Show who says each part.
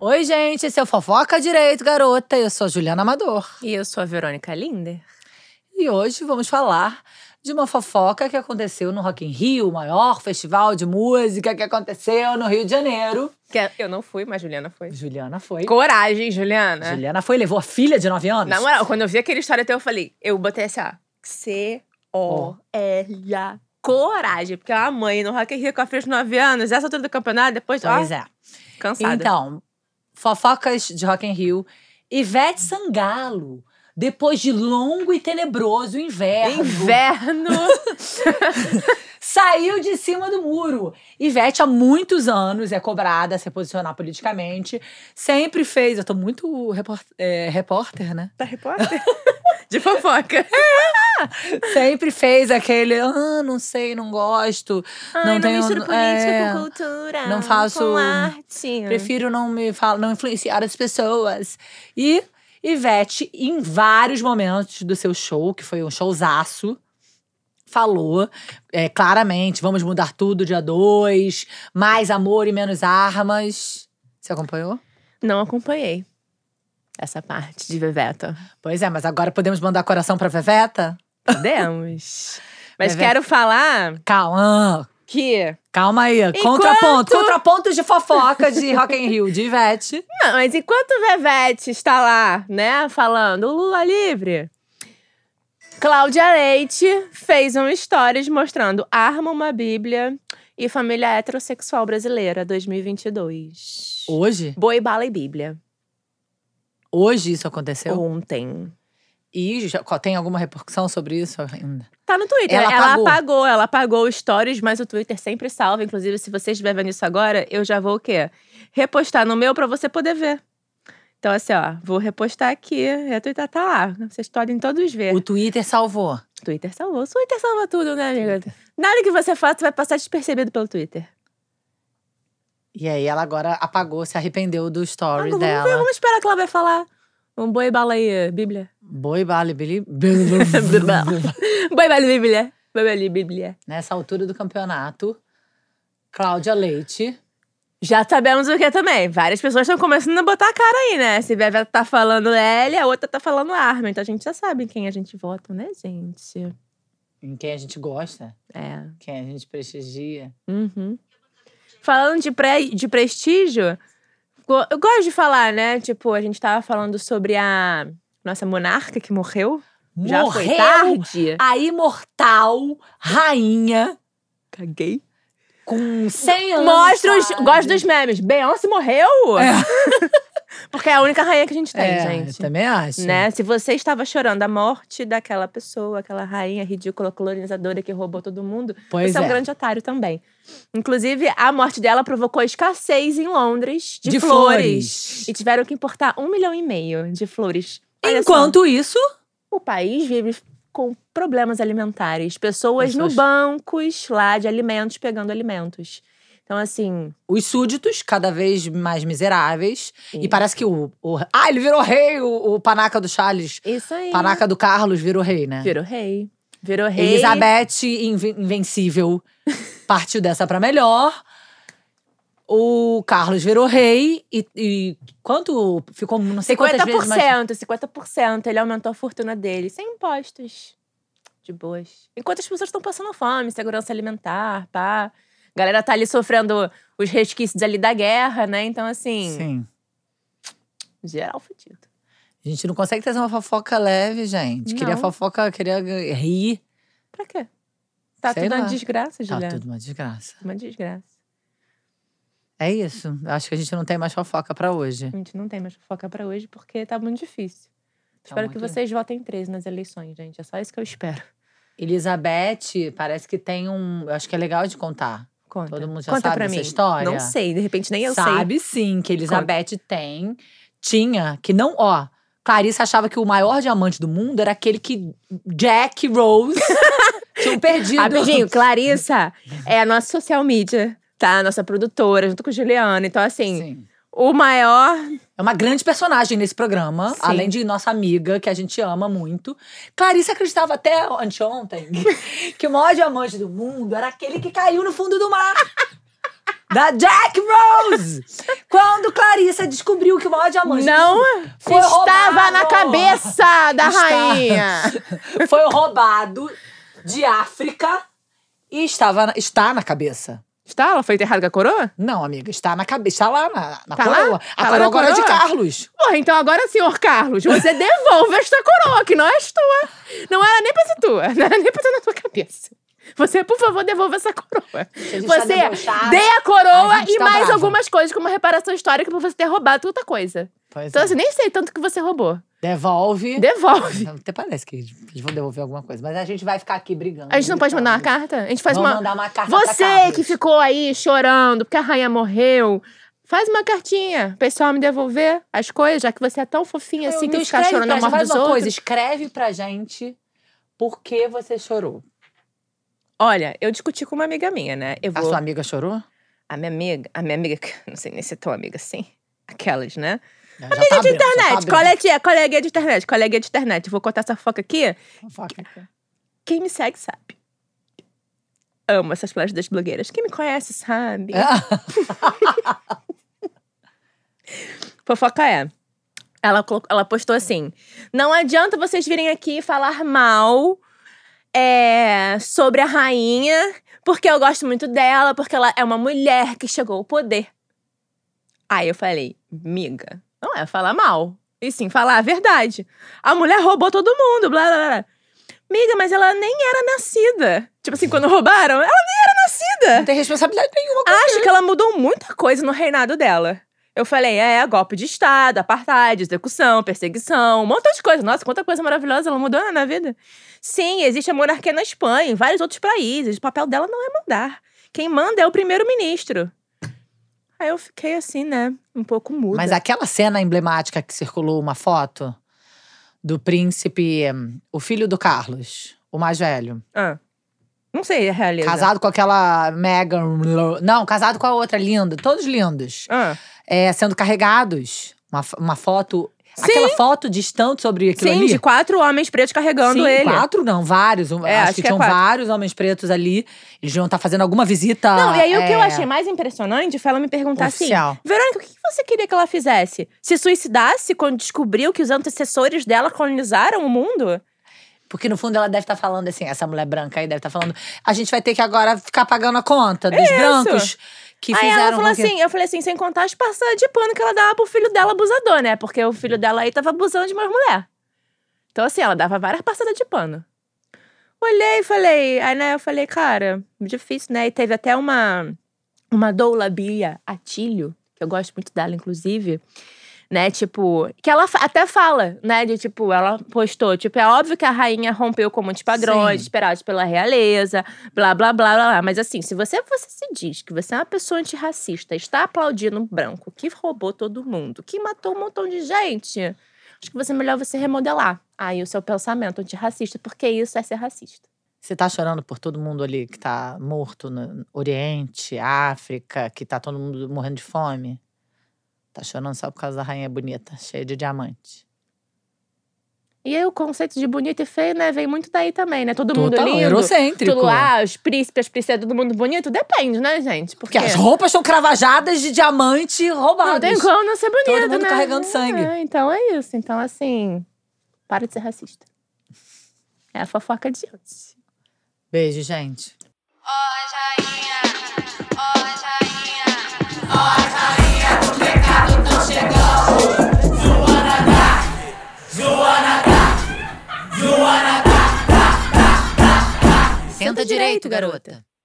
Speaker 1: Oi, gente, esse é o Fofoca Direito, garota. Eu sou a Juliana Amador.
Speaker 2: E eu sou a Verônica Linder.
Speaker 1: E hoje vamos falar de uma fofoca que aconteceu no Rock in Rio, o maior festival de música que aconteceu no Rio de Janeiro.
Speaker 2: Que é, eu não fui, mas Juliana foi.
Speaker 1: Juliana foi.
Speaker 2: Coragem, Juliana.
Speaker 1: Juliana foi, levou a filha de 9 anos.
Speaker 2: Na moral, quando eu vi aquele história teu, eu falei, eu botei essa C-O-R-A. Coragem, porque a mãe no Rock in Rio com a filha de 9 anos, essa altura do campeonato, depois, ó,
Speaker 1: Pois é.
Speaker 2: cansada.
Speaker 1: Então, fofocas de Rock in Rio. Ivete Sangalo, depois de longo e tenebroso inverno,
Speaker 2: Inverno.
Speaker 1: saiu de cima do muro. Ivete há muitos anos é cobrada a se posicionar politicamente. Sempre fez, eu tô muito repor- é, repórter, né?
Speaker 2: da Tá repórter? De fofoca.
Speaker 1: Sempre fez aquele, ah, não sei, não gosto,
Speaker 2: Ai,
Speaker 1: Não
Speaker 2: não,
Speaker 1: tenho-
Speaker 2: misturo política
Speaker 1: é,
Speaker 2: com cultura.
Speaker 1: não faço-
Speaker 2: Com arte.
Speaker 1: prefiro não me falar, não influenciar as pessoas. E Ivete, em vários momentos do seu show, que foi um showzaço, falou é, claramente: vamos mudar tudo dia 2, mais amor e menos armas. Você acompanhou?
Speaker 2: Não acompanhei essa parte de Veveta.
Speaker 1: Pois é, mas agora podemos mandar coração pra Veveta?
Speaker 2: Podemos. Mas
Speaker 1: Veveta.
Speaker 2: quero falar
Speaker 1: Calma,
Speaker 2: que.
Speaker 1: calma aí. Contraponto, contrapontos de fofoca de Rock in Rio, de Ivete.
Speaker 2: Não, mas enquanto o Vevete está lá, né, falando o Lula livre, Cláudia Leite fez um stories mostrando Arma uma Bíblia e Família Heterossexual Brasileira 2022.
Speaker 1: Hoje,
Speaker 2: Boi, bala e Bíblia.
Speaker 1: hoje isso aconteceu.
Speaker 2: Ontem.
Speaker 1: E já- tem alguma repercussão sobre isso ainda?
Speaker 2: Tá no Twitter.
Speaker 1: Ela
Speaker 2: Ela,
Speaker 1: apagou.
Speaker 2: apagou. ela apagou o stories, mas o Twitter sempre salva. Inclusive, se você estiver vendo isso agora, eu já vou o quê? Repostar no meu pra você poder ver. Então, assim, ó, vou repostar aqui. Retweetar tá lá. Vocês podem todos ver.
Speaker 1: O Twitter salvou.
Speaker 2: Twitter salvou. O Twitter salva tudo, né, amiga? Nada que você faça vai passar despercebido pelo Twitter.
Speaker 1: E aí ela agora apagou, se arrependeu do
Speaker 2: Ah,
Speaker 1: story
Speaker 2: não, vamos, ver,
Speaker 1: dela.
Speaker 2: vamos esperar que ela vai falar. Um boi bala aí, Bíblia.
Speaker 1: Boi, bale, bili...
Speaker 2: Boi bala e Bíblia. Boi bala e Bíblia.
Speaker 1: Nessa altura do campeonato, Cláudia Leite.
Speaker 2: Já sabemos o que também. Várias pessoas estão começando a botar a cara aí, né? Se Bebel tá falando L, a outra tá falando arma. Então a gente já sabe em quem a gente vota, né, gente?
Speaker 1: Em quem a gente gosta,
Speaker 2: É.
Speaker 1: quem a gente prestigia.
Speaker 2: Uhum. Falando de, pre de prestígio, go- eu gosto de falar, né? Tipo, a gente tava falando sobre a nossa monarca que morreu. Já foi
Speaker 1: Morreu
Speaker 2: tarde.
Speaker 1: a imortal rainha
Speaker 2: Caguei.
Speaker 1: com 100 anos.
Speaker 2: Mostra os.
Speaker 1: sabe?
Speaker 2: Gosto dos memes. Beyoncé morreu? Porque é a única rainha que a gente tem,
Speaker 1: É,
Speaker 2: gente.
Speaker 1: eu também acho.
Speaker 2: Né? Se você estava chorando a morte daquela pessoa, aquela rainha ridícula colonizadora que roubou todo mundo,
Speaker 1: Pois
Speaker 2: você é um
Speaker 1: é.
Speaker 2: grande otário também. Inclusive, a morte dela provocou escassez em Londres de,
Speaker 1: De
Speaker 2: flores.
Speaker 1: flores.
Speaker 2: E tiveram que importar um milhão e meio de flores. Olha só,
Speaker 1: Enquanto isso,
Speaker 2: o país vive com problemas alimentares. Pessoas no
Speaker 1: Pessoas-
Speaker 2: bancos lá de alimentos, pegando alimentos. Então, assim.
Speaker 1: os súditos, cada vez mais miseráveis. E parece que o, o- Ah, ele virou rei, o, o panaca do Charles.
Speaker 2: Isso aí.
Speaker 1: Panaca do Carlos virou rei, né?
Speaker 2: Virou rei. Virou rei.
Speaker 1: Elizabeth Inven- Invencível partiu dessa pra melhor. O Carlos virou rei e, e quanto ficou, não sei quantas vezes mais.
Speaker 2: 50%, 50%. Ele aumentou a fortuna dele, sem impostos. De boas. Enquanto as pessoas estão passando fome, segurança alimentar, pá. A galera tá ali sofrendo os resquícios ali da guerra, né? Então, assim,
Speaker 1: Sim.
Speaker 2: geral fudido.
Speaker 1: A gente não consegue trazer uma fofoca leve, gente. Queria
Speaker 2: Não.
Speaker 1: fofoca, queria g- rir.
Speaker 2: Pra quê? Tá
Speaker 1: Sei
Speaker 2: tudo
Speaker 1: lá.
Speaker 2: uma desgraça,
Speaker 1: Tá
Speaker 2: Juliana.
Speaker 1: tudo uma desgraça.
Speaker 2: Uma desgraça.
Speaker 1: É isso. Acho que a gente não tem mais fofoca pra hoje.
Speaker 2: A gente não tem mais fofoca pra hoje porque tá muito difícil.
Speaker 1: Tá
Speaker 2: espero que
Speaker 1: muito-
Speaker 2: vocês votem 13 nas eleições, gente. É só isso que eu espero.
Speaker 1: Elizabeth parece que tem um. Eu acho que é legal de contar.
Speaker 2: Conta.
Speaker 1: Todo mundo já
Speaker 2: Conta
Speaker 1: sabe
Speaker 2: pra
Speaker 1: dessa
Speaker 2: mim.
Speaker 1: história?
Speaker 2: Não sei, de repente nem eu sei.
Speaker 1: sabe sim que Elizabeth tem, tinha, que não, ó. Clarice achava que o maior diamante do mundo era aquele que Jack Rose tinham perdido.
Speaker 2: Rapidinho, Clarissa é a nossa social media, tá? A nossa produtora, junto com Juliana. Então, assim,
Speaker 1: Sim.
Speaker 2: o maior.
Speaker 1: É uma grande personagem nesse programa,
Speaker 2: Sim.
Speaker 1: além de nossa amiga, que a gente ama muito. Clarice acreditava até anteontem que o maior diamante do mundo era aquele que caiu no fundo do mar. Da Jack Rose! Quando Clarissa descobriu que o maior diamante do
Speaker 2: Não
Speaker 1: Foi
Speaker 2: estava
Speaker 1: roubado!
Speaker 2: na cabeça da
Speaker 1: Está.
Speaker 2: rainha.
Speaker 1: foi roubado de África e estava na- está na cabeça.
Speaker 2: Está? Ela foi enterrada com a coroa?
Speaker 1: Não, amiga, está na cabeça. Está lá na, na
Speaker 2: Tá lá?
Speaker 1: coroa.
Speaker 2: Tá
Speaker 1: A
Speaker 2: lá
Speaker 1: coroa
Speaker 2: na
Speaker 1: agora é de
Speaker 2: coroa?
Speaker 1: Carlos.
Speaker 2: Porra, então agora, senhor Carlos, você devolve esta coroa, que não é tua. Não era nem pra ser tua. Não era nem pra ser na tua cabeça. Você, por favor, devolva essa coroa.
Speaker 1: gente tá
Speaker 2: Você
Speaker 1: debochada.
Speaker 2: dê a coroa
Speaker 1: A gente
Speaker 2: e
Speaker 1: tá
Speaker 2: mais
Speaker 1: brava.
Speaker 2: algumas coisas, como reparação histórica, pra você ter roubado outra coisa.
Speaker 1: Pois
Speaker 2: Então,
Speaker 1: é.
Speaker 2: assim, nem sei tanto que você roubou.
Speaker 1: Devolve.
Speaker 2: Devolve.
Speaker 1: Até parece que eles vão devolver alguma coisa, mas a gente vai ficar aqui brigando. então.
Speaker 2: A gente não pode mandar uma
Speaker 1: Vamos
Speaker 2: carta? A gente faz uma.
Speaker 1: mandar uma carta. pra
Speaker 2: Você
Speaker 1: Carlos.
Speaker 2: que ficou aí chorando porque a rainha morreu, faz uma cartinha. Pessoal, me devolver as coisas, já que você é tão fofinha assim
Speaker 1: Não,
Speaker 2: que
Speaker 1: não
Speaker 2: ficar
Speaker 1: escreve
Speaker 2: chorando
Speaker 1: pra
Speaker 2: a
Speaker 1: gente,
Speaker 2: morte
Speaker 1: faz
Speaker 2: dos
Speaker 1: uma coisa,
Speaker 2: outros.
Speaker 1: escreve pra gente por que você chorou.
Speaker 2: Olha, eu discuti com uma amiga minha, né? Eu
Speaker 1: A
Speaker 2: vou.
Speaker 1: sua amiga chorou?
Speaker 2: a minha amiga, a minha amiga, que- não sei nem se é tua amiga assim. Aquelas, né?
Speaker 1: Amiga já tá abrindo,
Speaker 2: de
Speaker 1: já tá
Speaker 2: internet,
Speaker 1: abrindo.
Speaker 2: coletinha, coleguinha de internet, coleguinha de internet. Vou contar essa foca aqui.
Speaker 1: Fofoca aqui.
Speaker 2: Quem me segue sabe. Amo essas plástidas das blogueiras. Quem me conhece sabe.
Speaker 1: É.
Speaker 2: Fofoca é. Ela, colo- ela postou assim: Não adianta vocês virem aqui falar mal é, sobre a rainha, porque eu gosto muito dela, porque ela é uma mulher que chegou ao poder. Aí eu falei, miga, não é falar mal. E sim falar a verdade. A mulher roubou todo mundo, blá blá blá. Miga, mas ela nem era nascida. Tipo assim, quando roubaram, ela nem era nascida
Speaker 1: Não tem responsabilidade nenhuma.
Speaker 2: acho que ela mudou muita coisa no reinado dela. Eu falei, é, golpe de Estado, apartheid, execução, perseguição, um montão de coisa. Nossa, quanta coisa maravilhosa ela mudou né, na vida. Sim, existe a monarquia na Espanha, em vários outros países. O papel dela não é mandar. Quem manda é o primeiro-ministro. Aí eu fiquei assim, né, um pouco muda.
Speaker 1: Mas aquela cena emblemática que circulou uma foto do príncipe, hum, o filho do Carlos, o mais velho.
Speaker 2: Ah, não sei a realidade.
Speaker 1: Casado com aquela Megan. Lo- Não, casado com a outra linda. Todos lindos.
Speaker 2: Ah.
Speaker 1: é, sendo carregados. Uma, fo- uma foto. Aquela foto distante sobre aquilo
Speaker 2: Sim,
Speaker 1: ali.
Speaker 2: de quatro homens pretos carregando
Speaker 1: Sim,
Speaker 2: ele.
Speaker 1: quatro não, vários. Um-
Speaker 2: É,
Speaker 1: acho,
Speaker 2: acho
Speaker 1: que,
Speaker 2: que é
Speaker 1: tinham
Speaker 2: quatro.
Speaker 1: vários homens pretos ali. Eles deviam estar fazendo alguma visita.
Speaker 2: Não, e aí o que eu
Speaker 1: é,
Speaker 2: achei mais impressionante foi ela me perguntar assim:
Speaker 1: oficial.
Speaker 2: Verônica, o que você queria que ela fizesse? Se suicidasse quando descobriu que os antecessores dela colonizaram o mundo?
Speaker 1: Porque no fundo ela deve estar falando assim, essa mulher branca aí deve estar falando. A gente vai ter que agora ficar pagando a conta dos brancos que
Speaker 2: aí
Speaker 1: fizeram.
Speaker 2: ela falou
Speaker 1: com que-
Speaker 2: assim, eu falei assim, sem contar as passadas de pano que ela dava pro filho dela abusador, né? Porque o filho dela aí tava abusando de mais mulher. Então assim, ela dava várias passadas de pano. Olhei e falei, aí né, eu falei, cara, difícil, né? E teve até uma uma doula Bia Atilho, que eu gosto muito dela inclusive, né? Tipo, que ela fa- até fala, né, de tipo, ela postou, tipo, é óbvio que a rainha rompeu com muitos padrões
Speaker 1: Sim.
Speaker 2: esperados pela realeza, blá, blá, blá, blá, blá. Mas assim, se você, você se diz que você é uma pessoa antirracista, está aplaudindo um branco, que roubou todo mundo, que matou um montão de gente, acho que você é melhor você remodelar aí o seu pensamento antirracista, porque isso é ser racista.
Speaker 1: Você tá chorando por todo mundo ali que tá morto no Oriente, África, que tá todo mundo morrendo de fome? Tá chorando só por causa da rainha bonita, cheia de diamante.
Speaker 2: E aí o conceito de bonito e feio, né, vem muito daí também, né? Todo mundo
Speaker 1: Total,
Speaker 2: lindo.
Speaker 1: eurocêntrico.
Speaker 2: Tudo lá, os príncipes, as princesas, todo mundo bonito? Depende, né, gente?
Speaker 1: Porque as roupas são cravajadas de diamante roubadas.
Speaker 2: Não tem como não ser bonito,
Speaker 1: Todo mundo
Speaker 2: né?
Speaker 1: carregando sangue.
Speaker 2: É, então é isso. Então, assim, para de ser racista. É a fofoca de antes.
Speaker 1: Beijo, gente. tá tá, Senta tá, direito, garota.